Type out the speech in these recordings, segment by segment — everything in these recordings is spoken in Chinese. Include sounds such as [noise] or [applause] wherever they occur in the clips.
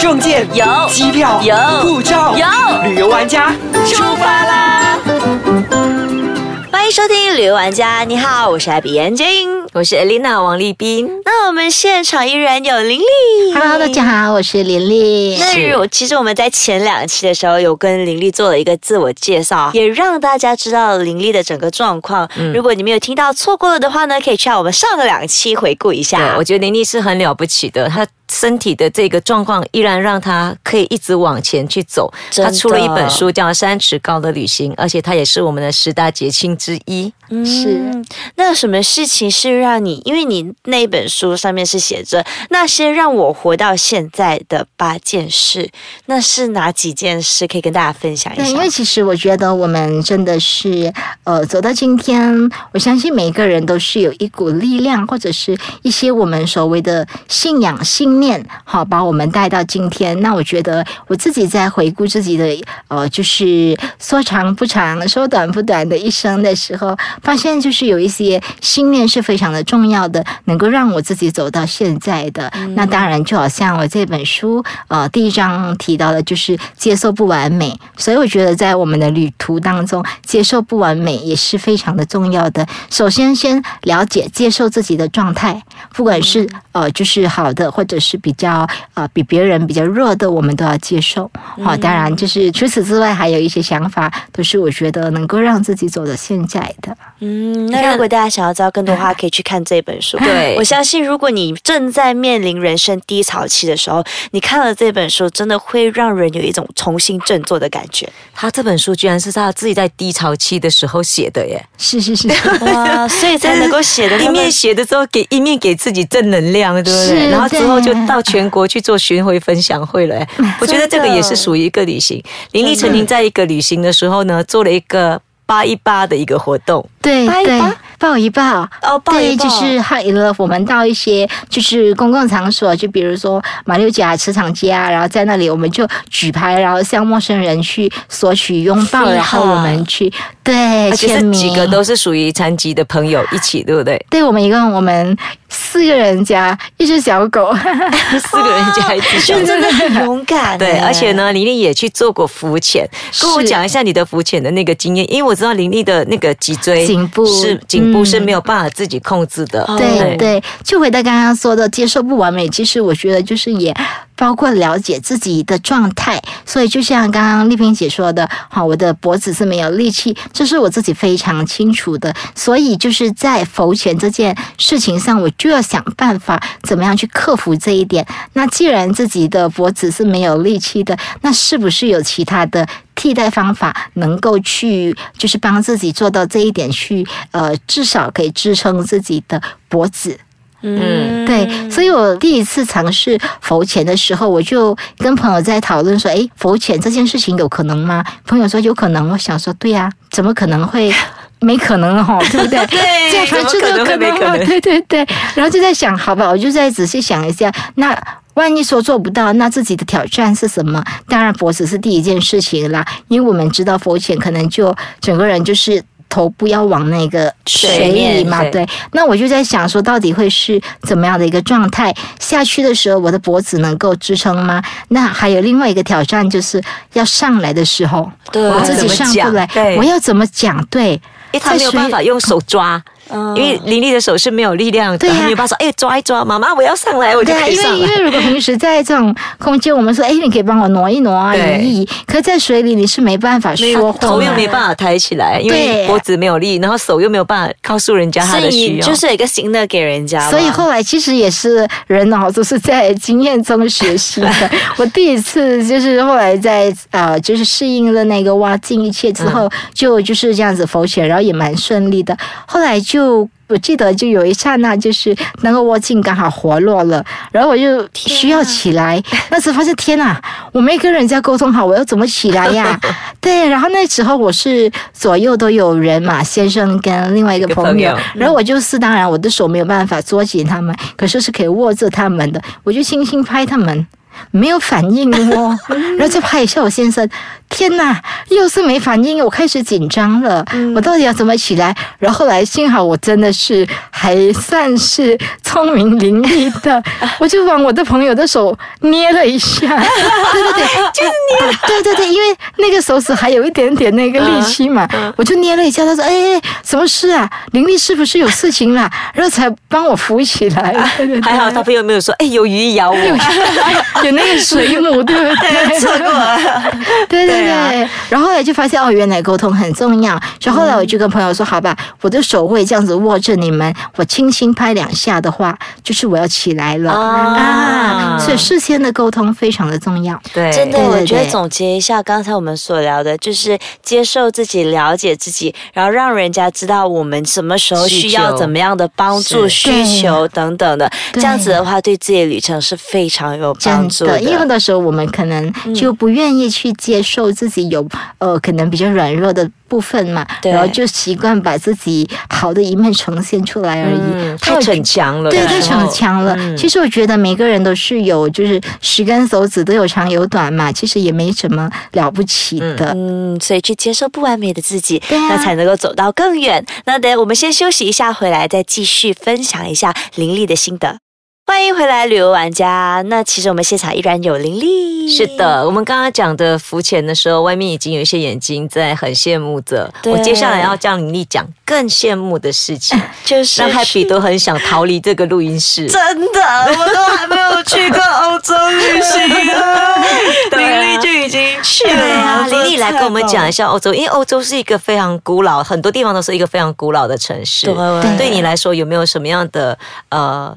证件有机票有护照有旅游玩家出发 [laughs] 啦！欢迎收听旅游玩家，你好，我是艾比严静，我是 Elena 王立斌。那我们现场依然有玲玲 Hello，大家好，我是琳琳。那如其实我们在前两期的时候有跟林丽做了一个自我介绍，也让大家知道林丽的整个状况。嗯如果你没有听到错过了的话呢，可以去到我们上个两期回顾一对，下呃我。觉得林丽是很了不起的，她身体的这个状况依然让她可以一直往前去走。真的她出了一本书叫《三尺高的旅行》，而且她也是我们的十大捷径之一。是嗯那有什么事情是让你，因为你那本书上面是写着那些让我活到现在的八件事，那是哪几件事？可以跟大家分享一对，因下为。其实我觉得我们真的是，呃，走到今天，我相信每一个人都是有一股力量，或者是一些我们所谓的信仰、信念，好，把我们带到今天。那我觉得我自己在回顾自己的，呃，就是说长不长，说短不短的一生的时候，发现就是有一些信念是非常的重要的，能够让我自己走到现在的。那当然，就好像我这本书，呃，第一章提到的就是接受不完美，所以我觉得在我们的旅途当中，接受不完美也是非常的重要的。首先，先了解、接受自己的状态，不管是呃，就是好的，或者是比较呃比别人比较弱的，我们都要接受。好、当然就是除此之外，还有一些想法，都是我觉得能够让自己走到现在的。嗯，那如果大家想要知道更多的话，可以去看这本书。对我相信如果你正在面临人生低潮期的时候，你看了这本书，真的会让人有一种重新振作的感觉。她这本书居然是她自己在低潮期的时候写的耶，是是是。哇，所以 [laughs] 才能够写的一面写的时候给一面给自己正能量，对不是对？然后之后就对到全国去做巡回分享会了耶。我觉得这个也是属于一个旅行。林丽曾经在一个旅行的时候呢，做了一个八一八的一个活动。对抱一对抱，抱一抱，哦抱一对，抱就是 hug in love。我们到一些就是公共场所，就比如说马六甲磁场街啊，然后在那里我们就举牌，然后向陌生人去索取拥抱， Free 然后 hug 我们去对而且签是名，？几个都是属于残疾的朋友一起，对不对对我们一共我们四个人加一只小 [laughs] 狗，四个人加一只小就狗。真的很勇敢。哎对，而且，呢，林丽也去做过浮潜，跟我讲一下你的浮潜的那个经验，因为我知道林丽的那个脊椎、颈部是颈部嗯哦是没有办法自己控制的，对对，就回到刚刚说的接受不完美，其实我觉得就是也包括了解自己的状态。所以就像刚刚丽萍姐说的，好，我的脖子是没有力气，这是我自己非常清楚的。所以就是在浮潜这件事情上，我就要想办法怎么样去克服这一点。那既然自己的脖子是没有力气的，那是不是有其他的替代方法能够去，就是帮自己做到这一点去，呃，至少可以支撑自己的脖子。嗯对，所以我第一次尝试浮潜的时候，我就跟朋友在讨论说，诶，浮潜这件事情有可能吗？朋友说有可能，我想说，对呀、啊怎么可能会没可能 [laughs] 了哈，对不对？对这才知道怎么可能会没可吗能哦对对对，然后就在想，好吧，我就再仔细想一下，那。万一说做不到，那自己的挑战是什么？当然，脖子是第一件事情啦，因为我们知道浮潜可能就整个人就是头部要往那个水里嘛，面对对。那我就在想说，到底会是怎么样的一个状态？下去的时候，我的脖子能够支撑吗？那还有另外一个挑战，就是要上来的时候，对啊我自己怎么上不讲来对，我要怎么讲？对，因为他没有在水办法用手抓，嗯因为林丽的手是没有力量的，对啊她没有办法说，哎，抓一抓，妈妈我要上来，我就对啊，可以因上为因来。为如果平时在这种空间，我们说，哎，你可以帮我挪一挪啊，对移一移，可在水里你是没办法没说有话，头又没办法抬起来，因为啊对脖子没有力，然后手又没有办法告诉人家他所的以需你要，就是有一个新的给人家嘛，所以后来其实也是人脑都是在经验中学习的。我第一次就是后来在呃，就是适应了那个蛙镜一切之后，就就是这样子浮潜，然后也蛮顺利的。后来就。我记得就有一刹那，就是那个蛙镜刚好滑落了，然后我就需要起来，那时发现天啊呐，我没跟人家沟通好，我要怎么起来 [laughs] 呀？对，然后那时候我是左右都有人嘛，先生跟另外一个一个朋友，朋友然后我就是，当然我的手没有办法捉紧他们，可是是可以握住他 [laughs] 嗯们的，我就轻轻拍他们，没有反应哦，然后就拍一下我先生，天哪，又是没反应，我开始紧张了，我到底要怎么起来？然后后来幸好我真的是还算是聪明伶俐 [laughs] 的，我就往我的朋友的手捏了一 [laughs] 下，对对对，就是捏、对对对，因为那个手指还有一点点那个力气嘛，我就捏了一下，他说：“哎哎，什么事啊？林丽是不是有事情啦？”然后才帮我扶起来， [laughs] 对对对还好他朋友没有说，哎，有鱼咬我。 [laughs] 有那个水母，对不对？错过 [laughs] 对对对啊对。然后后来就发现哦，原来沟通很重要。所以后来我就跟朋友说，好吧，我的手会这样子握着你们，我轻轻拍两下的话，就是我要起来了啊啊。所以事先的沟通非常的重要。对，真的，对对我觉得对总结一下刚才我们所聊的，就是接受自己、了解自己，然后让人家知道我们什么时候需需要求怎么样的帮助、是需求等等的。这对样子的话，对自己的旅程是非常有帮真助的，因为很多时候我们可能就不愿意去接受自己有、呃可能比较软弱的部分嘛，对然后就习惯把自己好的一面呈现出来而已。嗯，但太我逞强了，对，有太时候逞强了。嗯其实我觉得每个人都是有，就是十根手指都有长有短嘛，其实也没什么了不起的。嗯，所以去接受不完美的自己，对啊那才能够走到更远。那等我们先休息一下，回来再继续分享一下林丽的心得。欢迎回来，旅游玩家。那其实我们现场依然有林丽，是，的，我们刚刚讲的浮潜的时候，外面已经有一些眼睛在很羡慕着。对我接下来要叫林丽讲更羡慕的事情， [laughs] 就是让 Happy 都很想逃离这个录音室。真的，啊我都还没有去过欧洲旅行啊，林丽就已经去了。对啊，真的林丽来太跟我们棒了讲一下欧洲，因为欧洲是一个非常古老，很多地方都是一个非常古老的城市。对对你来说有没有什么样的呃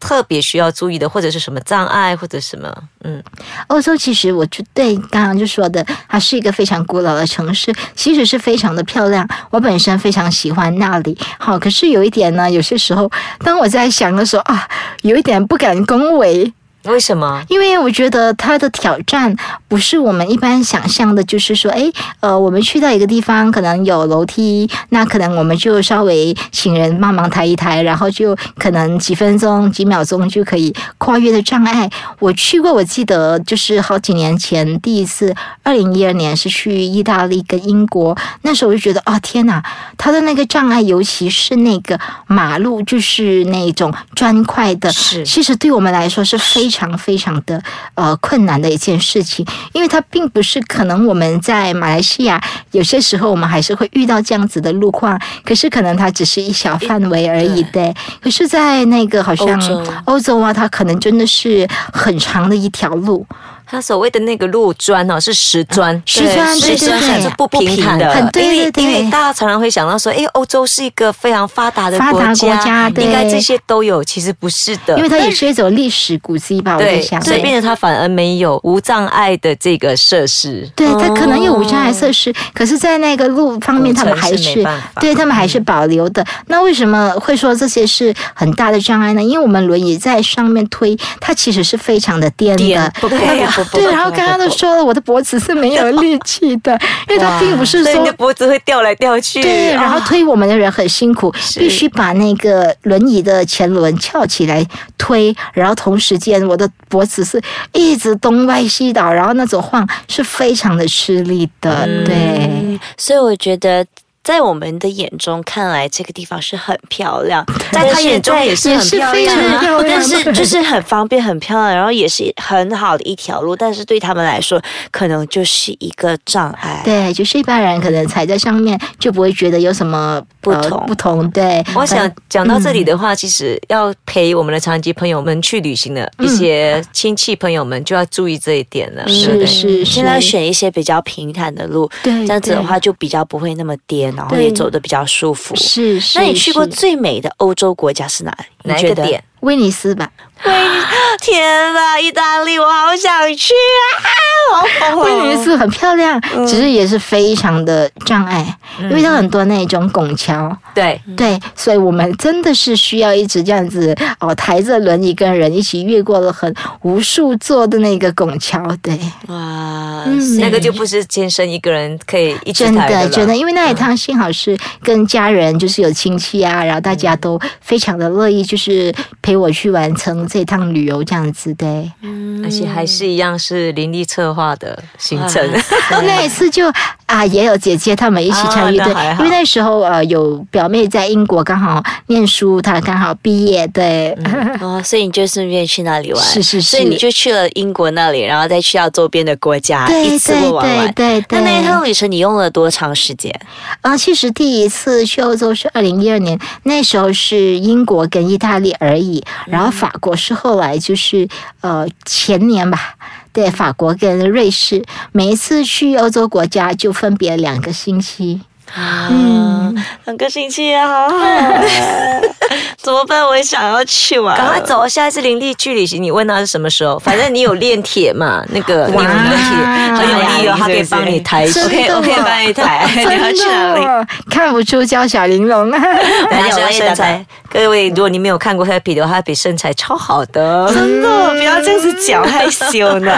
特别需要注意的，或者是什么障碍，或者什么？嗯，欧洲其实我就对刚刚就说的，它是一个非常古老的城市，其实是非常的漂亮。我本身非常喜欢那里。好，可是有一点呢，有些时候当我在想的时候啊，有一点不敢恭维。为什么？因为我觉得它的挑战不是我们一般想象的，就是说，诶，呃，我们去到一个地方，可能有楼梯，那可能我们就稍微请人帮忙抬一抬，然后就可能几分钟、几秒钟就可以跨越的障碍。我去过，我记得就是好几年前第一次，二零一二年是去意大利跟英国，那时候我就觉得，哦，天哪，它的那个障碍，尤其是那个马路，就是那种砖块的，是其实对我们来说是非常非常的呃困难的一件事情，因为它并不是可能我们在马来西亚有些时候我们还是会遇到这样子的路况，可是可能它只是一小范围而已的。可是，在那个好像欧洲欧洲啊，它可能真的是很长的一条路，它所谓的那个路砖哦，是石砖，嗯石砖对石砖对对是不不平坦平的的。很对因为对对因为大家常常会想到说，哎，欧洲是一个非常发达的发达国国家对应该这些都有，其实不是的，因为它也是一种历史古迹吧，我在对，想。所以变成它反而没有无障碍的这个设施。对，它可能有无障碍设施，可是，在那个路方面，古他们城还哦是是没办法嗯对他们还是保留的。那为什么会说这些是很大的障碍呢？因为我们轮椅在上面推，它其实是非常的颠的。不不对啊不不，对，然后刚刚都说了，我的脖子是没有力气的，因为它并不是所以你说的脖子会掉来掉去。哦对，然后推我们的人很辛苦，必须把那个轮椅的前轮翘起来推，然后同时间我的脖子是一直东歪西倒，然后那种晃是非常的吃力的，对。嗯，所以我觉得。在我们的眼中看来，这个地方是很漂 [laughs] 亮，在他眼中也是也很是漂非亮常啊，漂亮但是对就是很方便、很漂亮，然后也是很好的一条路，但是对他们来说，可能就是一个障碍。对，就是一般人可能踩在上面就不会觉得有什么不呃同不同。对，我想反讲到这里的话，其实要陪我们的残疾朋友们去旅行的一些亲戚朋友们就要注意这一点了。对不嗯是对是是，现在要选一些比较平坦的路，对这样子的对话就比较不会那么颠，然后对也走得比较舒服。是是。那你去过是最美的欧洲国家是哪里？你哪一觉个得点？？威尼斯吧？天哪，意大利，我好想去啊！好后悔威尼斯很漂亮，只是也是非常的障碍，因为它很多那种拱桥。对，嗯对，所以我们真的是需要一直这样子哦，抬着轮椅跟人一起越过了很无数座的那个拱桥，对，哇，嗯那个就不是健身一个人可以一起真抬的了真的，因为嗯那一趟幸好是跟家人，就是有亲戚啊，然后大家都非常的乐意，就是嗯陪我去完成这趟旅游这样子，对，而且还是一样是林立策划化的行程。嗯那一次就啊，也有姐姐她们一起参与哦啊那对还，好因为那时候呃有表妹在英国刚好念书，她刚好毕业，对， [laughs] 哦，所以你就顺便去那里玩，是是是 [laughs] 所以你就去了英国那里，然后再去到周边的国家，对一次过玩完。对对对那那一对趟旅程你用了多长时间？啊，其实第一次去欧洲是二零一二年，那时候是英国跟意大利而已，然后法国是后来就是呃前年吧。对，法国跟瑞士，每一次去欧洲国家就分别两个星 [laughs] 期。嗯，两个星期啊，好好怎么办？我也想要去玩。赶快走！下一次林立去旅行，你问他是什么时候？反正你有练铁 [laughs] 嘛，那个你有哇那个铁 [laughs] 很有力哦，他可以帮你抬起。真的 OK，OK，哦帮你抬。真的，哦看不出娇小玲珑 [laughs] 啊，大我家也身打材开，各位，如果你没有看过 Happy 的话，Happy 身材超好的。真的，哦不要这样子讲，害羞呢。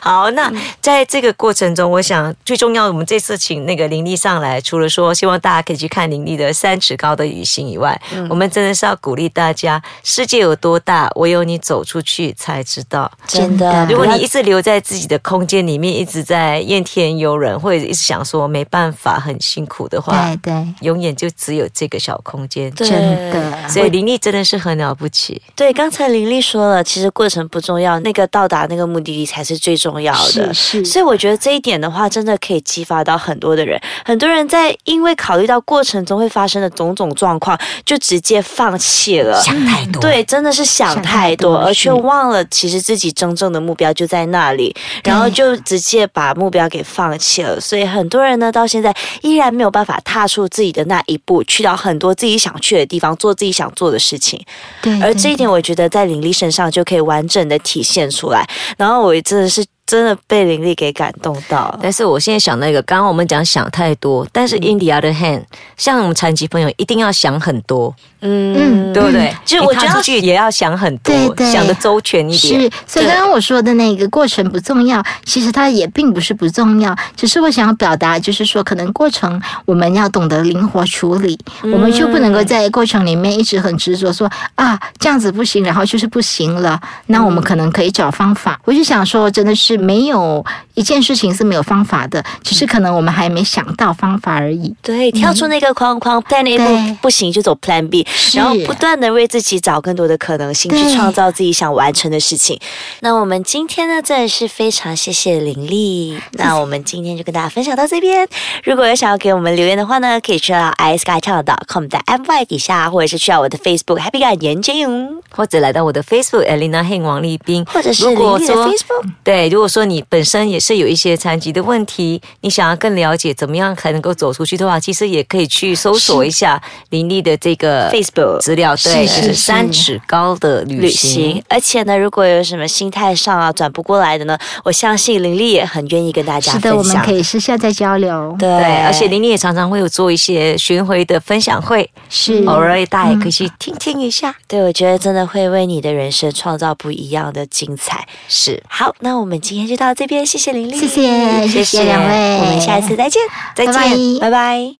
好，那在这个过程中，我想最重要，我们这次请那个林立上来，除了说希望大家可以去看林立的三尺高的雨欣以外，我们真的是要鼓励大家，世界有多大，唯有你走出去才知道。真的，如果不要你一直留在自己的空间里面，一直在怨天尤人，或者一直想说没办法、很辛苦的话对，对，永远就只有这个小空间。对真的所以林立真的是很了不起。对，刚才林丽说了，其实过程不重要，那个到达那个目的地才是最重要的。是是所以我觉得这一点的话，真的可以激发到很多的人。很多人在因为考虑到过程中会发生的种种状况，就直接放弃了。想太多对，真的是想想太太多，多而却是忘了其实自己真正的目标就在那里，然后就直接把目标给放弃了。所以很多人呢，到现在依然没有办法踏出自己的那一步，去到很多自己想去的地方，做自己想做的事情。对，而对这一点，我觉得在林丽身上就可以完整的体现出来。然后我真的是真的被林丽给感动到了。但是我现在想那个，刚刚我们讲想太多，但嗯是 in the other hand，像我们残疾朋友一定要想很多，嗯，对不对？就是我你踏觉得出去也要想很多，对对想的周全一点。是，所以刚刚我说的那个过程不重要，其实它也并不是不重要，只是我想要表达，就是说可能过程我们要懂得灵活处理，嗯我们就不能够在过程里面一直很执着说啊这样子不行，然后就是不行了，那我们可能可以找方嗯法。我就想说，真的是没有一件事情是没有方法的，只是可能我们还没想到方法而已。对，跳出那个框框，Plan A 对不不行就走 Plan B，然后不断的为自己找更多的可能性，去对创造自己想完成的事情。那我们今天呢，真的是非常谢谢林丽。那我们今天就跟大家分享到这边。如果有想要给我们留言的话呢，可以去到 i s k y c h a n n e com 的 my 底下，或者是去到我的 Facebook Happy Guy 研究营，或者来到我的 Facebook Elena h e n 王立斌，或者是如果林丽的说 Facebook。对，如果说你本身也是有一些残疾的问题，你想要更了解怎么样才能够走出去的话，其实也可以去搜索一下林立的这个 Facebook 资料，对，是就是是三尺高的旅旅行行。，而且呢，如果有什么心态上啊转不过来的呢，我相信林丽也很愿意跟大家是分享。的，我们可以私下再交流。对，对，而且玲玲也常常会有做一些巡回的分享会，是嗯偶尔大家也可以去听听一下。对我觉得真的会为你的人生创造不一样的精彩。是，好，那我们今天就到这边，谢谢玲玲，谢谢，谢谢谢谢两位，我们下一次再见，拜拜拜拜